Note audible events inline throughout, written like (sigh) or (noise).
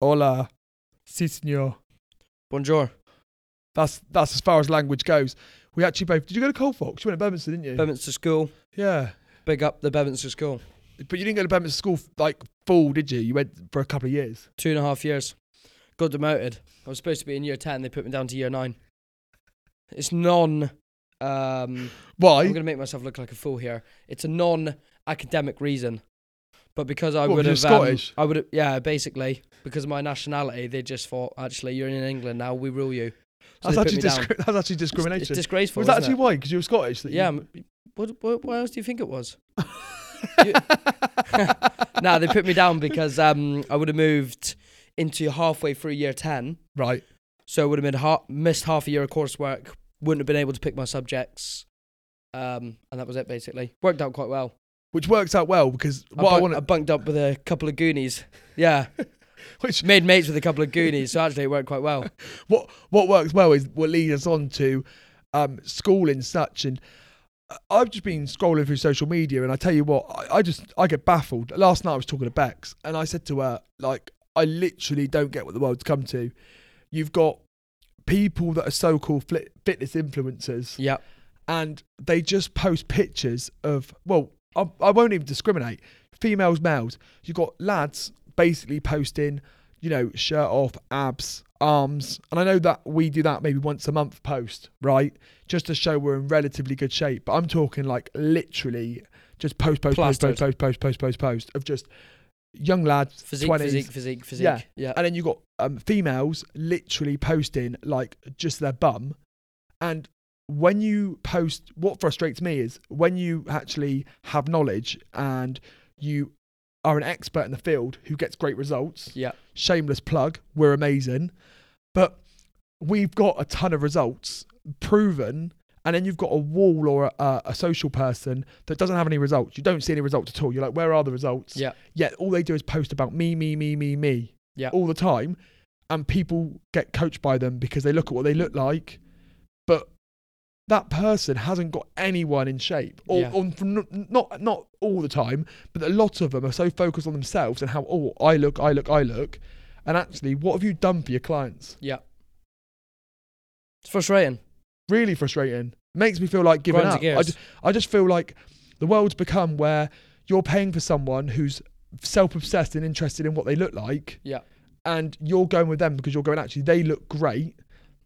Hola. Si, senor. Bonjour. That's, that's as far as language goes. We actually both. Did you go to Colfox? You went to Bedminster, didn't you? Bedminster School. yeah. Big up the Bedminster School. But you didn't go to Bedminster School like full, did you? You went for a couple of years. Two and a half years. Got demoted. I was supposed to be in year 10. They put me down to year 9. It's non. Um, I'm Why? going to make myself look like a fool here. It's a non academic reason. But because I What, would have. because um, you're Scottish? I would have. Yeah, basically. Because of my nationality, they just thought, actually, you're in England now. We rule you. That's So they put actually, me down. discri- (laughs) that's actually It's- discrimination. It's disgraceful. was that isn't actually it? why? Because you were Scottish? That Yeah. You- (laughs) m- What, what, what else do you think it was? You- (laughs) nah, they put me down because um, I would have moved into halfway through year 10. Right. So I would have been ha- missed half a year of coursework, wouldn't have been able to pick my subjects. Um, and that was it, basically. Worked out quite well. Which works out well because I, what I, bunk- want I to. bunked up with a couple of Goonies. (laughs) Yeah, Which made mates with a couple of Goonies. So actually, it worked quite well. what what works well is will lead us on to um, school and such. And uh, I've just been scrolling through social media, and I tell you what, I, I just I get baffled. Last night I was talking to Bex, and I said to her like, I literally don't get what the world's come to. You've got people that are so-called fli- fitness influencers Yeah, and they just post pictures of well I, I won't even discriminate females males you've got lads basically posting you know shirt off abs arms and i know that we do that maybe once a month post right just to show we're in relatively good shape but i'm talking like literally just post post post Plastered. post post post post post post of just young lads physique, 20s physique, physique, physique. Yeah. yeah. and then you've got um, females literally posting like just their bum. And when you post, what frustrates me is when you actually have knowledge and you are an expert in the field who gets great results. Yeah. Shameless plug, we're amazing. But we've got a ton of results proven. And then you've got a wall or a, a social person that doesn't have any results. You don't see any results at all. You're like, where are the results? Yeah. Yet all they do is post about me, me, me, me, me Yeah. all the time. And people get coached by them because they look at what they look like. But that person hasn't got anyone in shape, or, Yeah. or n- n- not not all the time, but a lot of them are so focused on themselves and how oh I look, I look, I look, and actually, what have you done for your clients? yeah. It's frustrating. Really frustrating. Makes me feel like giving Grinds up. your I gears. just, I just feel like the world's become where you're paying for someone who's self-obsessed and interested in what they look like, Yeah. and you're going with them because you're going actually they look great.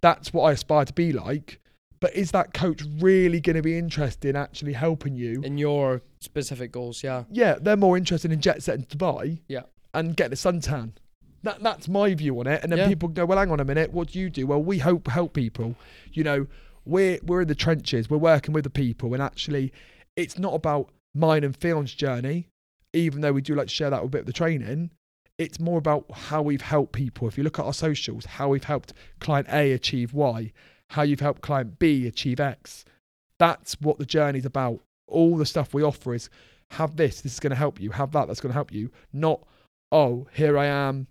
That's what I aspire to be like. But is that coach really going to be interested in actually helping you? In your specific goals, yeah. yeah, they're more interested in jet setting to Dubai. Yeah. And getting a suntan. That that's my view on it. And then Yeah. people go, well, hang on a minute, what do you do? Well, we hope help people. You know, we're we're in the trenches. We're working with the people, and actually, it's not about mine and Fion's journey, even though we do like to share that with a bit of the training. It's more about how we've helped people. If you look at our socials, how we've helped client A achieve Y, how you've helped client B achieve X. That's what the journey's about. All the stuff we offer is have this, this is going to help you, have that, that's going to help you. Not, oh, here I am,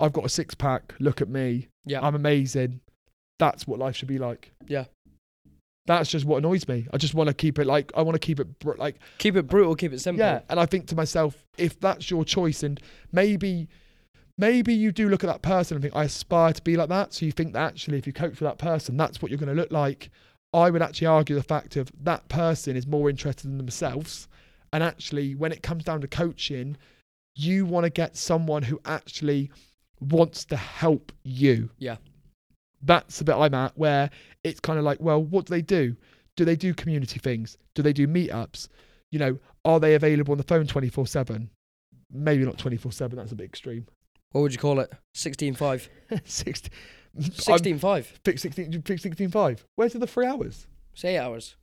I've got a six pack, look at me, Yeah. I'm amazing. That's what life should be like. Yeah. That's just what annoys me. I just want to keep it like, I want to keep it br- like, keep it brutal, keep it simple. yeah. And I think to myself, if that's your choice, and maybe, maybe you do look at that person and think, I aspire to be like that. So you think that actually, if you coach for that person, that's what you're going to look like. I would actually argue the fact of that person is more interested in themselves. And actually, when it comes down to coaching, you want to get someone who actually wants to help you. Yeah. That's the bit I'm at where it's kind of like, well, what do they do? Do they do community things? Do they do meetups? You know, are they available on the phone 24 7? Maybe not 24 7, that's a bit extreme. (laughs) What would you call it? 16.5. 16, 16.5. Pick 16, pick 16 5. Where's the three hours? It's eight hours.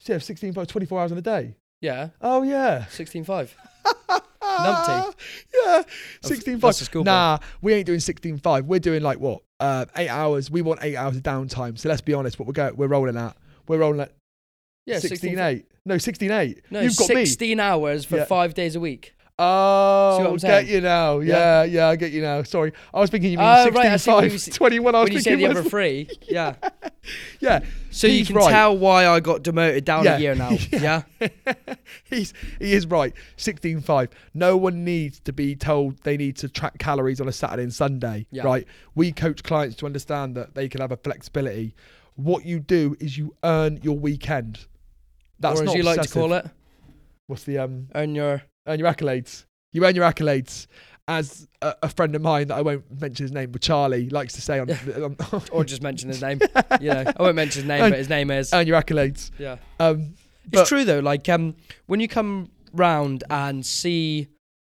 So yeah, 16 5, 24 hours in a day. Yeah, Oh, yeah. (laughs) 16.5. Numpty. Yeah, 16 that's a school Nah, we ain't doing 16 5. We're doing like what? Uh, eight hours. We want eight hours of downtime. So let's be honest, what we're, go- we're rolling at. We're rolling at Yeah, 16 8. No, 16 8. No, You've got me. 16 hours for Yeah. five days a week. Oh, See what I'm get saying? you now. Yeah, Yeah. yeah, I get you now. Sorry, I was thinking you mean Oh, 16, right, I see what you 5, (laughs) s- 21. I was when you say thinking the other West- (laughs) three, yeah. Yeah, So you he's can right. tell why I got demoted down Yeah. a year now. (laughs) Yeah. Yeah. (laughs) He's he is right. 16.5. No one needs to be told they need to track calories on a Saturday and Sunday. Yeah. Right. We coach clients to understand that they can have a flexibility. What you do is you earn your weekend. That's or as not you like obsessive. to call it, What's the um earn your earn your accolades. You earn your accolades. As a, a friend of mine that I won't mention his name, but Charlie likes to say on, on (laughs) or just mention his name. you know, I won't mention his name, Earn- but his name is. earn your accolades. Yeah. Um, but- it's true though. Like um, when you come round and see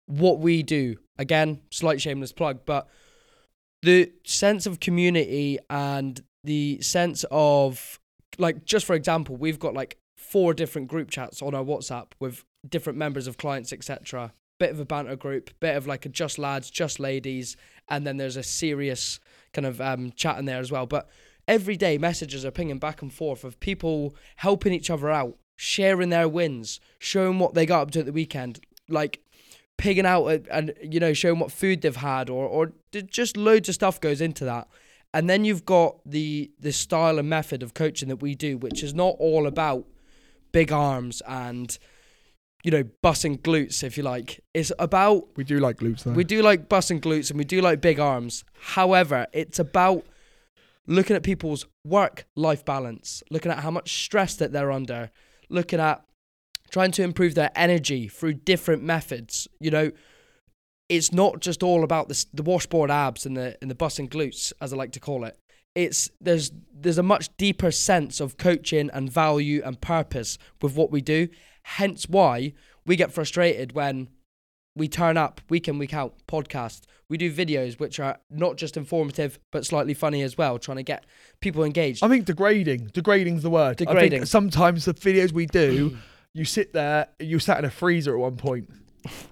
what we do again, slight shameless plug, but the sense of community and the sense of like just for example, we've got like four different group chats on our WhatsApp with different members of clients, etc. Bit of a banter group, bit of like a just lads, just ladies, and then there's a serious kind of um, chat in there as well. But every day messages are pinging back and forth of people helping each other out, sharing their wins, showing what they got up to at the weekend, like pigging out at- and you know showing what food they've had or or d- just loads of stuff goes into that. And then you've got the the style and method of coaching that we do, which is not all about big arms and you know bussing glutes if you like. It's about we do like glutes though. we do like bust and glutes and we do like big arms. However, it's about looking at people's work life balance, looking at how much stress that they're under, looking at trying to improve their energy through different methods. You know, it's not just all about this, the washboard abs and the and the bust and glutes, as I like to call it. It's there's there's a much deeper sense of coaching and value and purpose with what we do. Hence why we get frustrated when we turn up week in week out podcast we do videos which are not just informative but slightly funny as well trying to get people engaged I think degrading. Degrading's the word. I Degrading. think sometimes the videos we (clears throat) do, you sit there, you sat in a freezer at one point.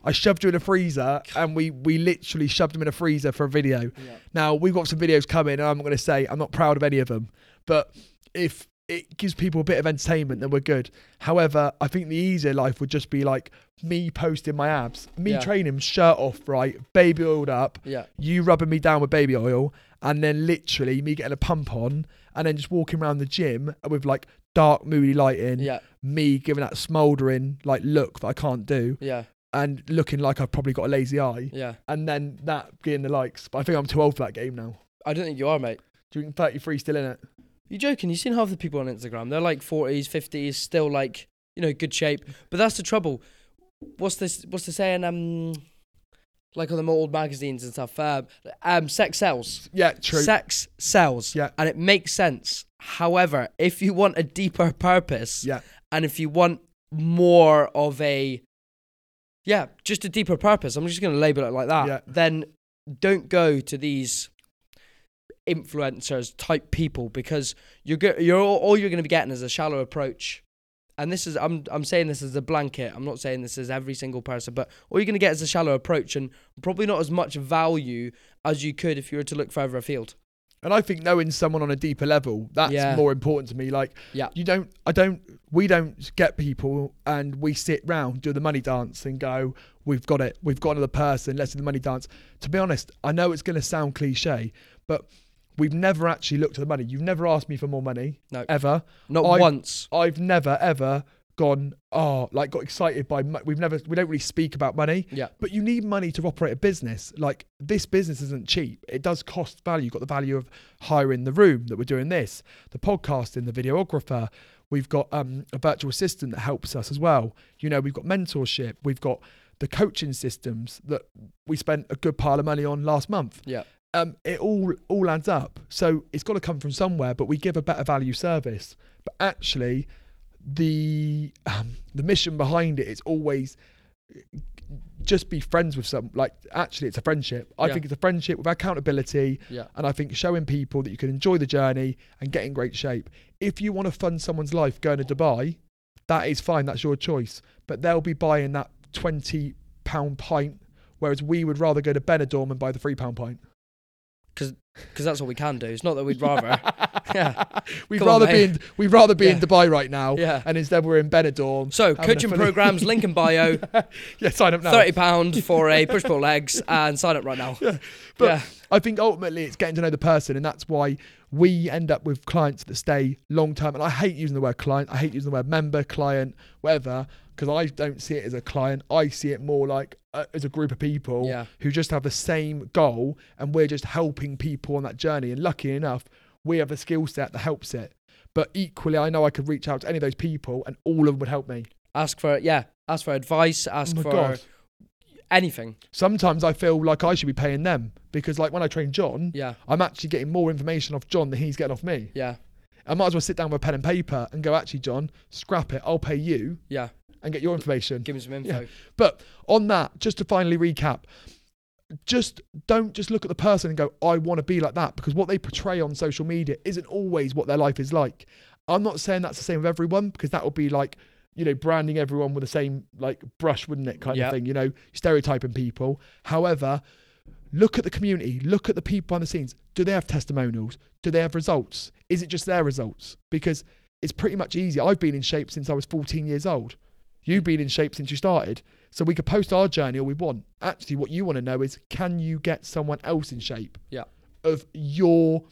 I shoved you in a freezer, and we we literally shoved him in a freezer for a video. Now we've got some videos coming, and I'm going to say I'm not proud of any of them, but if it gives people a bit of entertainment, then we're good. However, I think the easier life would just be like me posting my abs, me Yeah. training shirt off, right, baby oiled up, yeah you rubbing me down with baby oil and then literally me getting a pump on and then just walking around the gym with like dark moody lighting yeah me giving that smouldering like look that i can't do yeah and looking like i've probably got a lazy eye yeah and then that getting the likes but i think i'm too old for that game now i don't think you are mate do you think 33 still in it you joking you've seen half the people on instagram they're like 40s 50s still like you know good shape but that's the trouble what's this what's the saying um like on the old magazines and stuff um, um sex sells yeah true Sex sells. Yeah. And it makes sense. However, if you want a deeper purpose Yeah. and if you want more of a yeah, just a deeper purpose, I'm just gonna label it like that, Yeah. then don't go to these influencers type people because you're go- you're all, all you're gonna be getting is a shallow approach. And this is I'm I'm saying this as a blanket. I'm not saying this is every single person, but all you're gonna get is a shallow approach and probably not as much value as you could if you were to look further afield. and i think knowing someone on a deeper level that's Yeah. more important to me like Yeah. you don't i don't we don't get people and we sit round do the money dance and go we've got it we've got another person let's do the money dance to be honest i know it's going to sound cliche but we've never actually looked at the money you've never asked me for more money No. ever Not I- once. i've never ever gone oh like got excited by mo- we've never we don't really speak about money Yeah. but you need money to operate a business. Like this business isn't cheap. It does cost value. You've got the value of hiring the room that we're doing this, the podcasting, the videographer. We've got um, a virtual assistant that helps us as well. You know, we've got mentorship. We've got the coaching systems that we spent a good pile of money on last month. Yeah. Um, it all all adds up. So it's got to come from somewhere. But we give a better value service. But actually, the um, the mission behind it is always just be friends with some like actually it's a friendship i Yeah. think it's a friendship with accountability Yeah. and i think showing people that you can enjoy the journey and get in great shape if you want to fund someone's life going to dubai that is fine that's your choice but they'll be buying that 20 pound pint whereas we would rather go to benidorm and buy the 3 pound pint because that's what we can do. It's not (laughs) that we'd (laughs) rather. Yeah. We'd Come on, rather be mate. in we'd rather be in Yeah. Dubai right now. Yeah. And instead we're in Benidorm. So having a coaching fully- programs, link in bio, (laughs) Yeah, sign up now. (laughs) thirty pound for a push pull legs, and sign up right now. Yeah, But I think ultimately it's getting to know the person, and that's why we end up with clients that stay long term. And I hate using the word client. I hate using the word member, client, whatever, because I don't see it as a client. I see it more like uh, as a group of people Yeah. who just have the same goal, and we're just helping people on that journey. And lucky enough, we have a skill set that helps it. But equally, I know I could reach out to any of those people, and all of them would help me. Oh ask for yeah, ask for advice, ask my for God. anything. Sometimes I feel like I should be paying them because, like, when I train John, Yeah, I'm actually getting more information off John than he's getting off me. yeah, I might as well sit down with a pen and paper and go, actually, John, scrap it. I'll pay you yeah. and get your information. Give me some info. But on that, just to finally recap, just don't just look at the person and go, I want to be like that because what they portray on social media isn't always what their life is like. I'm not saying that's the same with everyone because that would be like, you know, branding everyone with the same like brush, wouldn't it? Kind Yeah. of thing, you know, stereotyping people. However, look at the community, look at the people behind the scenes. Do they have testimonials? Do they have results? Is it just their results? Because it's pretty much easy. I've been in shape since I was 14 years old. You've been in shape since you started. So we could post our journey all we want. Actually, what you want to know is can you get someone else in shape? Yeah. Of your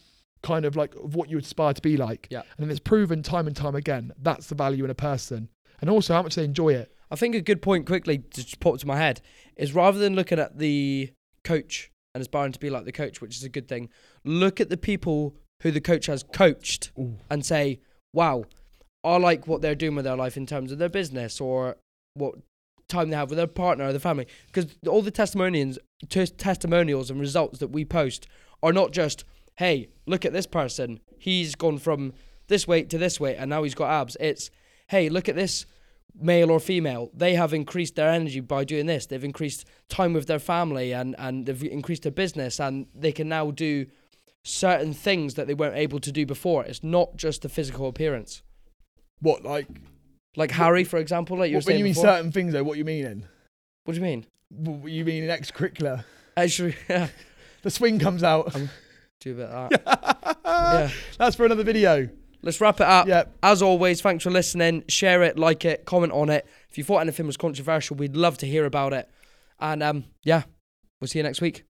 kind of like of what you aspire to be like. Yeah. And then it's proven time and time again that's the value in a person. And also how much they enjoy it. I think a good point quickly to just pop to my head is rather than looking at the coach and aspiring to be like the coach, which is a good thing, look at the people who the coach has coached Ooh. and say, wow, I like what they're doing with their life in terms of their business or what time they have with their partner or their family. Because all the testimonials, tes- testimonials and results that we post are not just, hey, look at this person. He's gone from this weight to this weight and now he's got abs. It's, hey, look at this male or female. They have increased their energy by doing this. They've increased time with their family and, and they've increased their business and they can now do certain things that they weren't able to do before. It's not just the physical appearance. What like Like Harry, for example, like you were when saying you mean before. certain things though, what you mean in? What do you mean? What you mean in extracurricular? (laughs) Actually, yeah. The swing comes out. (laughs) do a bit of that. yeah. That's for another video. Let's wrap it up. Yeah. As always, thanks for listening. Share it, like it, comment on it. If you thought anything was controversial, we'd love to hear about it. And um, yeah, we'll see you next week.